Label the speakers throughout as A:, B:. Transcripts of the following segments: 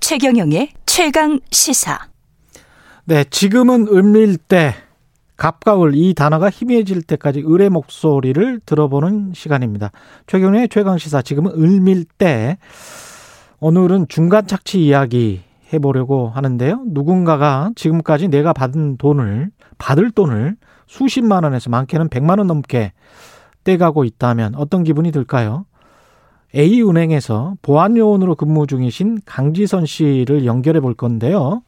A: 최경영의 최강 시사.
B: 네, 지금은 을밀 때, 갑가을 이 단어가 희미해질 때까지 을의 목소리를 들어보는 시간입니다. 최경영의 최강 시사 지금은 을밀 때. 오늘은 중간 착취 이야기 해보려고 하는데요. 누군가가 지금까지 내가 받은 돈을 받을 돈을 수십만 원에서 많게는 백만 원 넘게 떼가고 있다면 어떤 기분이 들까요? A은행에서 보안요원으로 근무 중이신 강지선 씨를 연결해 볼 건데요.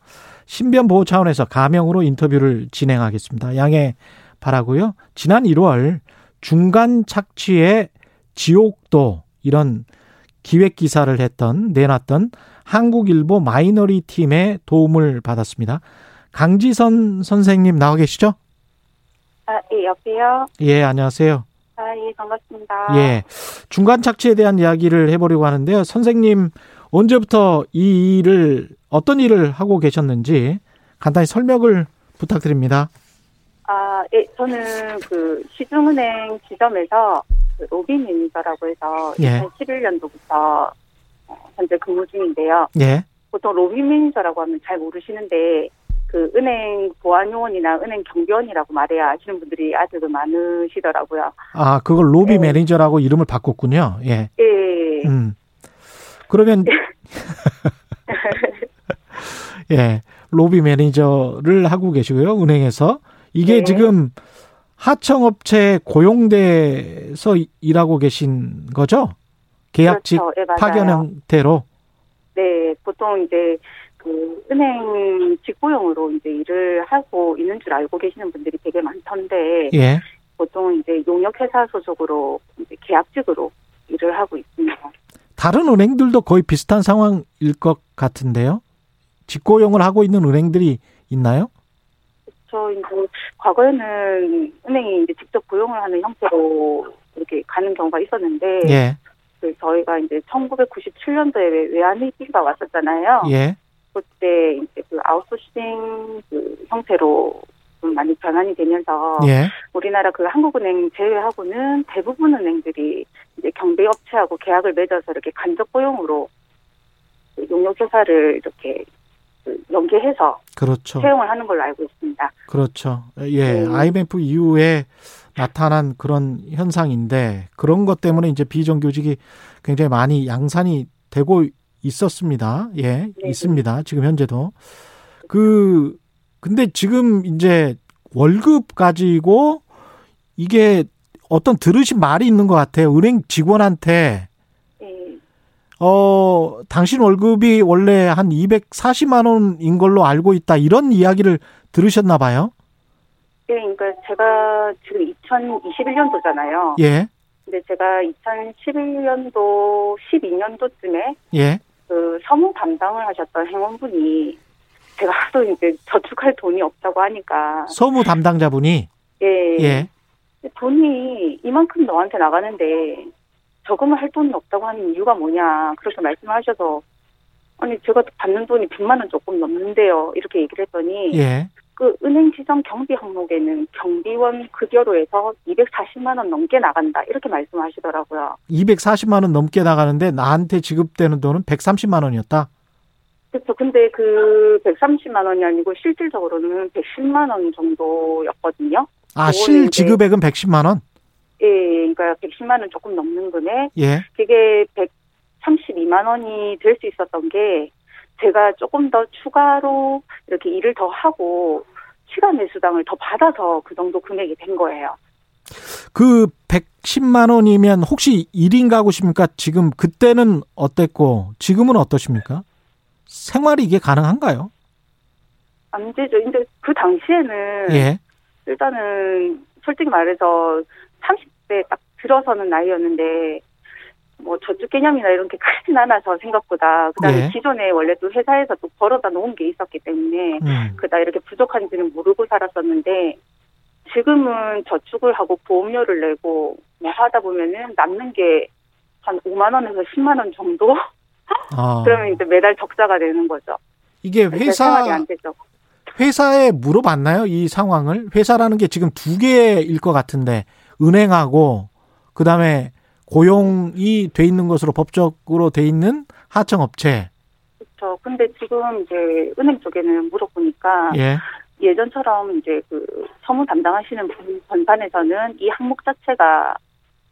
B: 신변 보호 차원에서 가명으로 인터뷰를 진행하겠습니다. 양해 바라고요. 지난 1월 중간 착취의 지옥도 이런 기획 기사를 했던 내놨던 한국일보 마이너리 팀의 도움을 받았습니다. 강지선 선생님 나와 계시죠?
C: 아, 예, 여보세요?
B: 예, 안녕하세요.
C: 아, 예, 반갑습니다.
B: 예. 중간 착취에 대한 이야기를 해보려고 하는데요. 선생님, 언제부터 이 일을, 어떤 일을 하고 계셨는지 간단히 설명을 부탁드립니다.
C: 아, 예, 저는 그 시중은행 지점에서 그 로빈 매니저라고 해서
B: 예.
C: 2011년도부터 현재 근무 중인데요.
B: 예.
C: 보통 로빈 매니저라고 하면 잘 모르시는데 그 은행 보안요원이나 은행 경비원이라고 말해야 아시는 분들이 아직도 많으시더라고요.
B: 아, 그걸 로비
C: 예.
B: 매니저라고 이름을 바꿨군요. 예.
C: 예.
B: 음. 그러면, 예. 로비 매니저를 하고 계시고요. 은행에서. 이게
C: 네.
B: 지금 하청업체 고용돼서 일하고 계신 거죠? 계약직
C: 그렇죠. 예, 맞아요.
B: 파견 형태로.
C: 네, 보통 이제 그 은행 직구용으로 이제 일을 하고 있는 줄 알고 계시는 분들이 되게 많던데
B: 예.
C: 보통 이제 용역회사 소속으로 이제 계약직으로 일을 하고 있습니다.
B: 다른 은행들도 거의 비슷한 상황일 것 같은데요. 직고용을 하고 있는 은행들이 있나요?
C: 저 이제 과거에는 은행이 이제 직접 고용을 하는 형태로 이렇게 가는 경우가 있었는데
B: 예.
C: 그 저희가 이제 1997년도에 외환위기가 왔었잖아요.
B: 예.
C: 그때 이제 그 아웃소싱 그 형태로 좀 많이 변환이 되면서
B: 예.
C: 우리나라 그 한국은행 제외하고는 대부분 은행들이 이제 경비업체하고 계약을 맺어서 이렇게 간접 고용으로 그 용역회사를 이렇게 그 연계해서
B: 그렇죠.
C: 채용을 하는 걸로 알고 있습니다.
B: 그렇죠. 예.
C: 네.
B: IMF 이후에 나타난 그런 현상인데 그런 것 때문에 이제 비정규직이 굉장히 많이 양산이 되고 있었습니다. 예.
C: 네.
B: 있습니다. 지금 현재도. 그 근데 지금 이제 월급 가지고 이게 어떤 들으신 말이 있는 것 같아요. 은행 직원한테
C: 예.
B: 어, 당신 월급이 원래 한 240만 원인 걸로 알고 있다. 이런 이야기를 들으셨나 봐요.
C: 예, 그러니까 제가 지금 2021년도잖아요.
B: 예.
C: 근데 제가 2011년도, 12년도쯤에
B: 예.
C: 그 서무 담당을 하셨던 행원분이 제가 하도 이제 저축할 돈이 없다고 하니까
B: 서무 담당자분이 예.
C: 돈이 이만큼 너한테 나가는데 저금을 할 돈이 없다고 하는 이유가 뭐냐 그렇게 말씀하셔서 아니 제가 받는 돈이 100만 원 조금 넘는데요 이렇게 얘기를 했더니
B: 예.
C: 그 은행 지정 경비 항목에는 경비원 급여로 해서 240만 원 넘게 나간다 이렇게 말씀하시더라고요
B: 240만 원 넘게 나가는데 나한테 지급되는 돈은 130만 원이었다.
C: 그렇죠 근데 그 130만 원이 아니고 실질적으로는 110만 원 정도였거든요
B: 아,
C: 그거는
B: 실
C: 이제-
B: 지급액은 110만 원.
C: 예 그러니까 110만 원 조금 넘는 금액
B: 예.
C: 그게 132만 원이 될 수 있었던 게 제가 조금 더 추가로 이렇게 일을 더 하고 시간 내수당을 더 받아서 그 정도 금액이 된 거예요.
B: 그 110만 원이면 혹시 1인 가구십니까? 지금 그때는 어땠고 지금은 어떠십니까? 생활이 이게 가능한가요?
C: 안 되죠. 근데 그 당시에는
B: 예.
C: 일단은 솔직히 말해서 30대 딱 들어서는 나이였는데 뭐 저축 개념이나 이런 게 크진 않아서 생각보다 그다음에
B: 예.
C: 기존에 원래 또 회사에서 또 벌어다 놓은 게 있었기 때문에
B: 음.
C: 그다 이렇게 부족한지는 모르고 살았었는데 지금은 저축을 하고 보험료를 내고 뭐 하다 보면은 남는 게 한 5만 원에서 10만 원 정도
B: 아.
C: 그러면 이제 매달 적자가 되는 거죠.
B: 이게
C: 그러니까 생활이
B: 회사
C: 안 되죠.
B: 회사에 물어봤나요? 이 상황을 회사라는 게 지금 두 개일 것 같은데 은행하고 그 다음에 고용이 돼 있는 것으로 법적으로 돼 있는 하청업체
C: 그렇죠. 근데 지금 이제 은행 쪽에는 물어보니까
B: 예.
C: 예전처럼 이제 그 서무 담당하시는 분 전반에서는 이 항목 자체가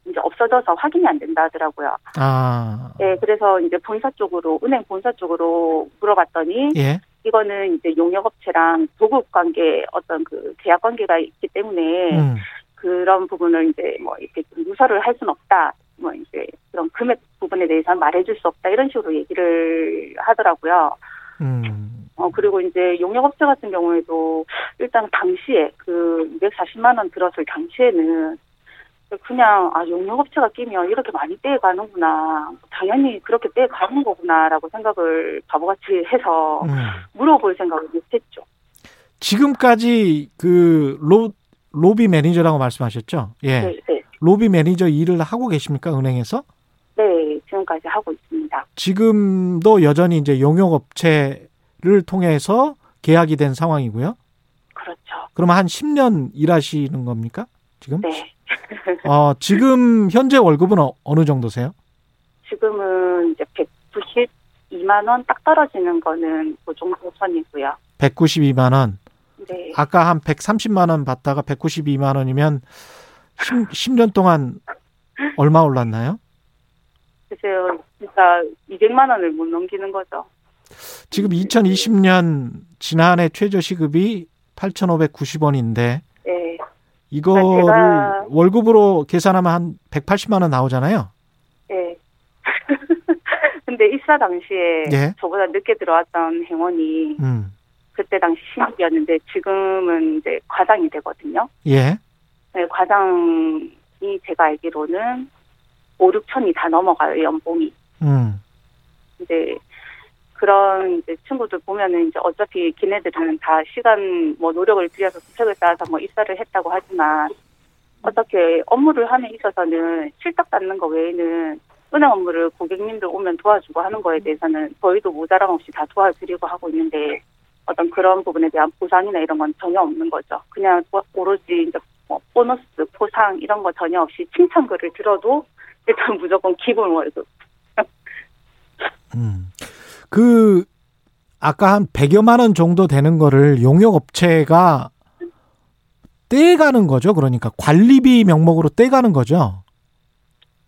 C: 이제 없어져서 확인이 안 된다 하더라고요.
B: 아.
C: 네, 그래서 이제 본사 쪽으로 은행 본사 쪽으로 물어봤더니
B: 예.
C: 이거는 이제 용역업체랑 도급 관계 어떤 그 계약 관계가 있기 때문에
B: 음.
C: 그런 부분을 이제 뭐 이렇게 좀 누설을 할 수는 없다. 뭐 이제 그런 금액 부분에 대해서는 말해줄 수 없다 이런 식으로 얘기를 하더라고요.
B: 음.
C: 어 그리고 이제 용역업체 같은 경우에도 일단 당시에 그 240만 원 들었을 당시에는 그냥 아 용역업체가 끼면 이렇게 많이 떼가는구나 당연히 그렇게 떼가는 거구나라고 생각을 바보같이 해서
B: 음.
C: 물어볼 생각을 못했죠.
B: 지금까지 그 로, 로비 매니저라고 말씀하셨죠? 예.
C: 네, 네,
B: 로비 매니저 일을 하고 계십니까? 은행에서?
C: 네 지금까지 하고 있습니다.
B: 지금도 여전히 이제 용역업체를 통해서 계약이 된 상황이고요.
C: 그렇죠.
B: 그러면 한 10년 일하시는 겁니까? 지금?
C: 네.
B: 어, 지금 현재 월급은 어, 어느 정도세요?
C: 지금은 이제 192만 원 딱 떨어지는 거는 그 정도 선이고요.
B: 192만 원.
C: 네.
B: 아까 한 130만 원 받다가 192만 원이면 10, 년 동안 얼마 올랐나요?
C: 글쎄요, 진짜 200만 원을 못 넘기는 거죠.
B: 지금 2020년 지난해 최저 시급이 8,590원인데
C: 네.
B: 이거를
C: 제가-
B: 월급으로 계산하면 한 180만 원 나오잖아요.
C: 네. 근데 입사 당시에
B: 예.
C: 저보다 늦게 들어왔던 행원이
B: 음.
C: 그때 당시 신입이었는데 지금은 이제 과장이 되거든요.
B: 예.
C: 네, 과장이 제가 알기로는 5, 6천이 다 넘어가요, 연봉이.
B: 음.
C: 이제 그런 이제 친구들 보면은 이제 어차피 걔네들은 다 시간 뭐 노력을 들여서 스펙을 쌓아서 뭐 입사를 했다고 하지만 어떻게 업무를 함에 있어서는 실적 닿는 거 외에는 은행 업무를 고객님들 오면 도와주고 하는 거에 대해서는 저희도 모자람 없이 다 도와드리고 하고 있는데 어떤 그런 부분에 대한 보상이나 이런 건 전혀 없는 거죠. 그냥 뭐 오로지 이제 뭐 보너스, 보상 이런 거 전혀 없이 칭찬글을 들어도 일단 무조건 기본 월급.
B: 음. 그 아까 한 100여만 원 정도 되는 거를 용역 업체가 떼가는 거죠. 그러니까 관리비 명목으로 떼가는 거죠.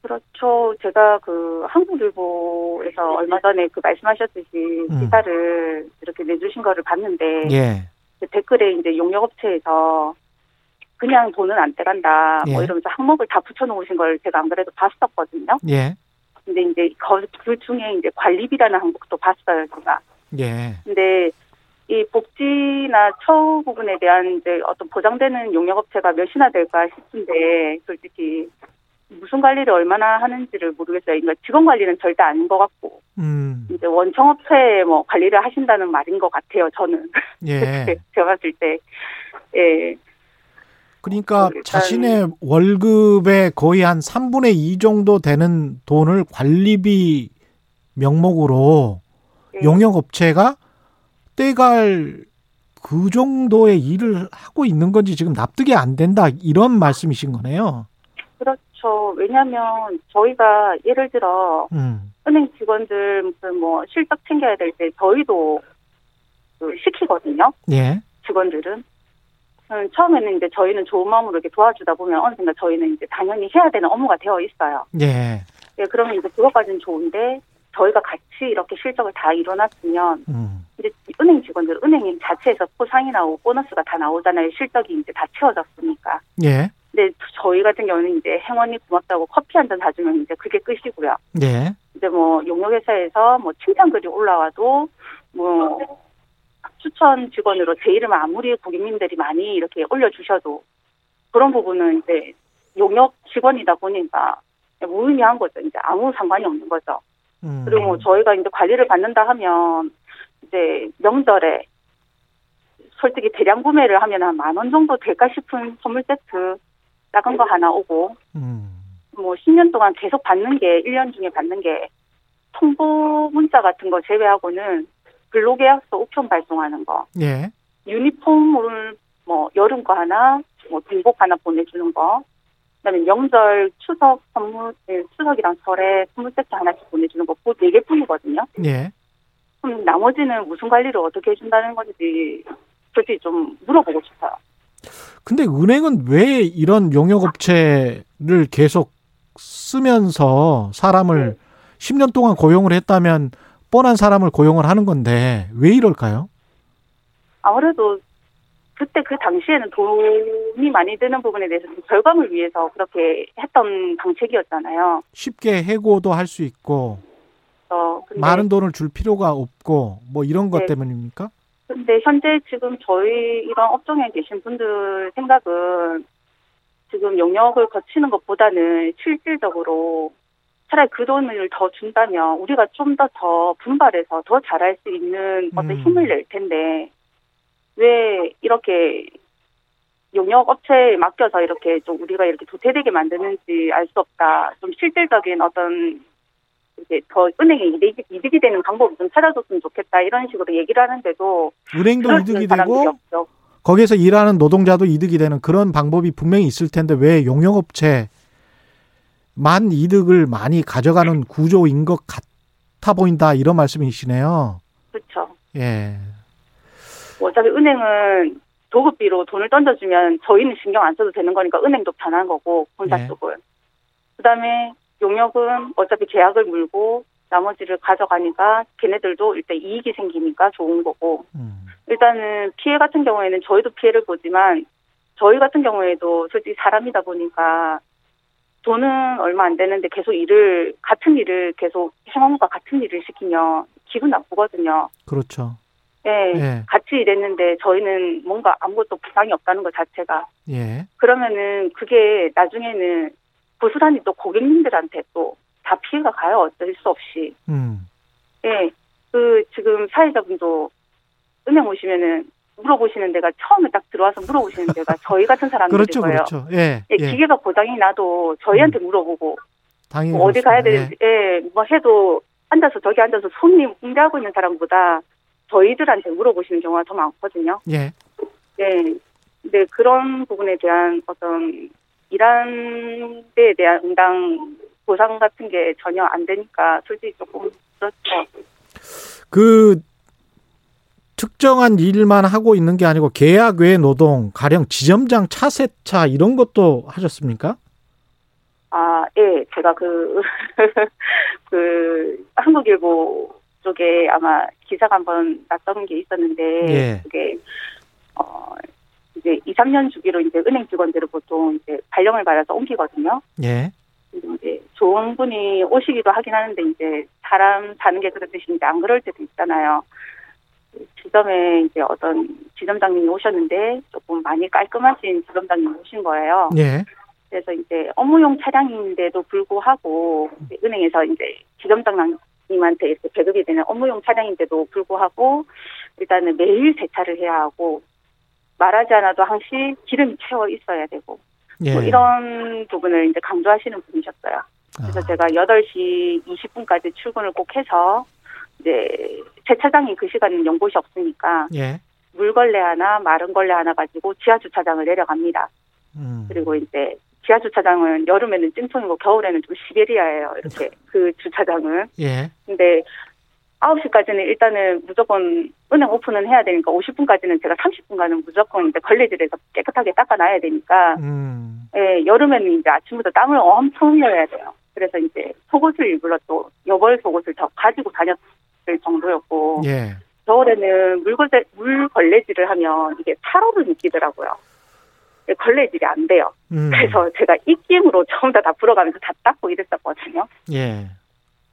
C: 그렇죠. 제가 그 한국일보에서 얼마 전에 그 말씀하셨듯이
B: 네. 음.
C: 기사를 이렇게 내주신 거를 봤는데
B: 예.
C: 그 댓글에 이제 용역업체에서 그냥 돈은 안 떼간다 뭐
B: 예.
C: 이러면서 항목을 다 붙여놓으신 걸 제가 안 그래도 봤었거든요.
B: 예.
C: 근데 이제 그, 그 중에 이제 관리비라는 항목도 봤어요 제가.
B: 예.
C: 근데 이 복지나 처우 부분에 대한 이제 어떤 보장되는 용역업체가 몇이나 될까 싶은데 솔직히 무슨 관리를 얼마나 하는지를 모르겠어요. 그러니까 직원 관리는 절대 아닌 것 같고
B: 음.
C: 이제 원청업체에 뭐 관리를 하신다는 말인 것 같아요. 저는
B: 예.
C: 제가 봤을 때 예.
B: 그러니까
C: 일단-
B: 자신의 월급의 거의 한 3분의 2 정도 되는 돈을 관리비 명목으로
C: 예.
B: 용역업체가 떼갈 그 정도의 일을 하고 있는 건지 지금 납득이 안 된다 이런 말씀이신 거네요.
C: 그렇죠. 왜냐하면 저희가 예를 들어
B: 음,
C: 은행 직원들 무슨 뭐 실적 챙겨야 될 때 저희도 그 시키거든요.
B: 예,
C: 직원들은 음, 처음에는 이제 저희는 좋은 마음으로 이렇게 도와주다 보면 어느 순간 저희는 이제 당연히 해야 되는 업무가 되어 있어요.
B: 예,
C: 예, 그러면 이제 그것까지는 좋은데 저희가 같이 이렇게 실적을 다 이뤄놨으면
B: 음,
C: 이제 은행 직원들 은행 자체에서 포상이 나오고 보너스가 다 나오잖아요. 실적이 이제 다 채워졌으니까.
B: 예,
C: 근데 저희 같은 경우는 이제 행원이 고맙다고 커피 한 잔 사주면 이제 그게 끝이고요.
B: 예,
C: 이제 뭐 용역회사에서 뭐 칭찬글이 올라와도 뭐 추천 직원으로 제 이름 아무리 고객님들이 많이 이렇게 올려주셔도 그런 부분은 이제 용역 직원이다 보니까 무의미한 거죠. 이제 아무 상관이 없는 거죠.
B: 음,
C: 그리고 뭐 저희가 이제 관리를 받는다 하면 이제 명절에 솔직히 대량 구매를 하면 한 만 원 정도 될까 싶은 선물 세트 작은 거 하나 오고
B: 음,
C: 뭐 10년 동안 계속 받는 게 1년 중에 받는 게 통보 문자 같은 거 제외하고는 근로계약서 우편 발송하는 거,
B: 예,
C: 유니폼을 뭐 여름 거 하나, 뭐 등복 하나 보내주는 거, 그다음에 명절 추석 선물 예, 추석이랑 설에 선물 세트 하나씩 보내주는 거, 그 네 개뿐이거든요.
B: 예,
C: 그럼 나머지는 무슨 관리를 어떻게 해준다는 건지 솔직히 좀 물어보고 싶어요.
B: 근데 은행은 왜 이런 용역업체를 계속 쓰면서
C: 네.
B: 사람을 10년 동안 고용을 했다면 뻔한 사람을 고용을 하는 건데 왜 이럴까요?
C: 아무래도 그때 그 당시에는 돈이 많이 드는 부분에 대해서 좀 절감을 위해서 그렇게 했던 방책이었잖아요.
B: 쉽게 해고도 할 수 있고
C: 어, 근데,
B: 많은 돈을 줄 필요가 없고 뭐 이런 것
C: 네.
B: 때문입니까?
C: 근데 현재 지금 저희 이런 업종에 계신 분들 생각은 지금 영역을 거치는 것보다는 실질적으로 차라리 그 돈을 더 준다면 우리가 좀 더 더 분발해서 더 잘할 수 있는 어떤
B: 음.
C: 힘을 낼 텐데 왜 이렇게 용역 업체에 맡겨서 이렇게 좀 우리가 이렇게 도태되게 만드는지 알 수 없다. 좀 실질적인 어떤 이제 더 은행에 이득이, 이득이 되는 방법을 좀 찾아줬으면 좋겠다 이런 식으로 얘기를 하는데도
B: 은행도
C: 들어주는
B: 이득이
C: 네, 사람들이
B: 되고
C: 없죠.
B: 거기에서 일하는 노동자도 이득이 되는 그런 방법이 분명히 있을 텐데 왜 용역업체만 이득을 많이 가져가는 구조인 것 같아 보인다 이런 말씀이시네요.
C: 그렇죠. 뭐
B: 예.
C: 어차피 은행은 도급비로 돈을 던져주면 저희는 신경 안 써도 되는 거니까 은행도 편한 거고 본사
B: 네.
C: 쪽은 그다음에 용역은 어차피 계약을 물고 나머지를 가져가니까 걔네들도 일단 이익이 생기니까 좋은 거고
B: 음.
C: 일단은 피해 같은 경우에는 저희도 피해를 보지만 저희 같은 경우에도 솔직히 사람이다 보니까 돈은 얼마 안 되는데 계속 일을 같은 일을 계속 형과 같은 일을 시키면 기분 나쁘거든요.
B: 그렇죠.
C: 예.
B: 예.
C: 같이 일했는데 저희는 뭔가 아무것도 부상이 없다는 것 자체가
B: 예.
C: 그러면은 그게 나중에는 고스란히 또 고객님들한테 또 다 피해가 가요 어쩔 수 없이
B: 음.
C: 예그 지금 사회자분도 은행 오시면은 물어보시는 데가 처음에 딱 들어와서 물어보시는 데가 저희 같은 사람들
B: 그렇죠.
C: 거예요.
B: 그렇죠. 예.
C: 예,
B: 예.
C: 기계가 고장이 나도 저희한테 물어보고
B: 당연히
C: 뭐 어디 가야
B: 음, 그렇습니다.
C: 되는지 예, 뭐 해도 앉아서 저기 앉아서 손님 응대하고 있는 사람보다 저희들한테 물어보시는 경우가 더 많거든요.
B: 예. 예.
C: 네. 근데 그런 부분에 대한 어떤 일한 데에 대한 응당 보상 같은 게 전혀 안 되니까 솔직히 조금 그렇죠.
B: 그 특정한 일만 하고 있는 게 아니고 계약 외 노동, 가령 지점장 차세차 이런 것도 하셨습니까?
C: 아, 예. 제가 그, 그, 한국일보 쪽에 아마 기사가 한번 났던 게 있었는데,
B: 예.
C: 그게, 어, 이제 2, 3년 주기로 이제 은행 직원들을 보통 이제 발령을 받아서 옮기거든요.
B: 예.
C: 근데 이제 좋은 분이 오시기도 하긴 하는데 이제 사람 사는 게 그런 뜻인데 안 그럴 때도 있잖아요. 지점에 이제 어떤 지점장님이 오셨는데 조금 많이 깔끔하신 지점장님이 오신 거예요.
B: 예.
C: 그래서 이제 업무용 차량인데도 불구하고 이제 은행에서 이제 지점장님한테 이렇게 배급이 되는 업무용 차량인데도 불구하고 일단은 매일 세차를 해야 하고 말하지 않아도 항시 기름이 채워 있어야 되고
B: 예.
C: 뭐 이런 부분을 이제 강조하시는 분이셨어요. 그래서
B: 아,
C: 제가 8시 20분까지 출근을 꼭 해서 이제 세차장이 그 시간은 연곳이 없으니까
B: 예.
C: 물걸레 하나 마른 걸레 하나 가지고 지하 주차장을 내려갑니다.
B: 음.
C: 그리고 이제 지하 주차장은 여름에는 찜통이고 겨울에는 좀 시베리아예요. 이렇게 그 주차장은
B: 예.
C: 근데 9시까지는 일단은 무조건 은행 오픈은 해야 되니까 50분까지는 제가 30분간은 무조건 이제 걸레질해서 깨끗하게 닦아놔야 되니까
B: 음.
C: 예, 여름에는 이제 아침부터 땀을 엄청 흘려야 돼요. 그래서 이제 속옷을 일부러 또 여벌 속옷을 더 가지고 다녔을 정도였고
B: 예.
C: 겨울에는 물걸레, 물걸레질을 하면 이게 탈업을 느끼더라고요. 예, 걸레질이 안 돼요.
B: 음.
C: 그래서 제가 입김으로 전부 다다 불어가면서 다 닦고 이랬었거든요.
B: 예.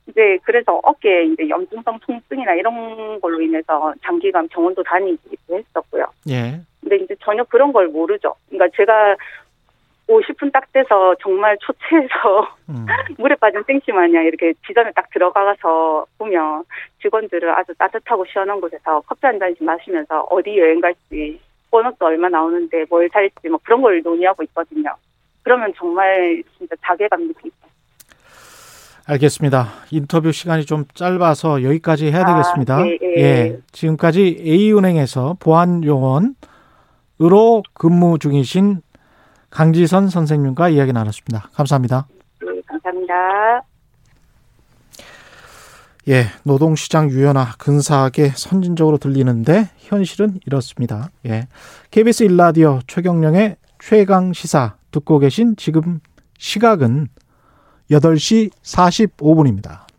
C: 이제 그래서 어깨에 이제 염증성 통증이나 이런 걸로 인해서 장기간 병원도 다니기도 했었고요.
B: 예.
C: 근데 이제 전혀 그런 걸 모르죠. 그러니까 제가 50분 딱 돼서 정말 초췌해서
B: 음.
C: 물에 빠진 땡시 마냥 이렇게 지점에 딱 들어가서 보면 직원들을 아주 따뜻하고 시원한 곳에서 커피 한 잔씩 마시면서 어디 여행 갈지 보너스 얼마 나오는데 뭘 살지 뭐 그런 걸 논의하고 있거든요. 그러면 정말 진짜 자괴감 느끼죠.
B: 알겠습니다. 인터뷰 시간이 좀 짧아서 여기까지 해야
C: 아,
B: 되겠습니다.
C: 예, 예.
B: 지금까지 A은행에서 보안요원으로 근무 중이신 강지선 선생님과 이야기 나눴습니다. 감사합니다.
C: 네, 감사합니다.
B: 예, 노동시장 유연화 근사하게 선진적으로 들리는데 현실은 이렇습니다. 예, KBS 일라디오 최경령의 최강 시사 듣고 계신 지금 시각은 8시 45분입니다.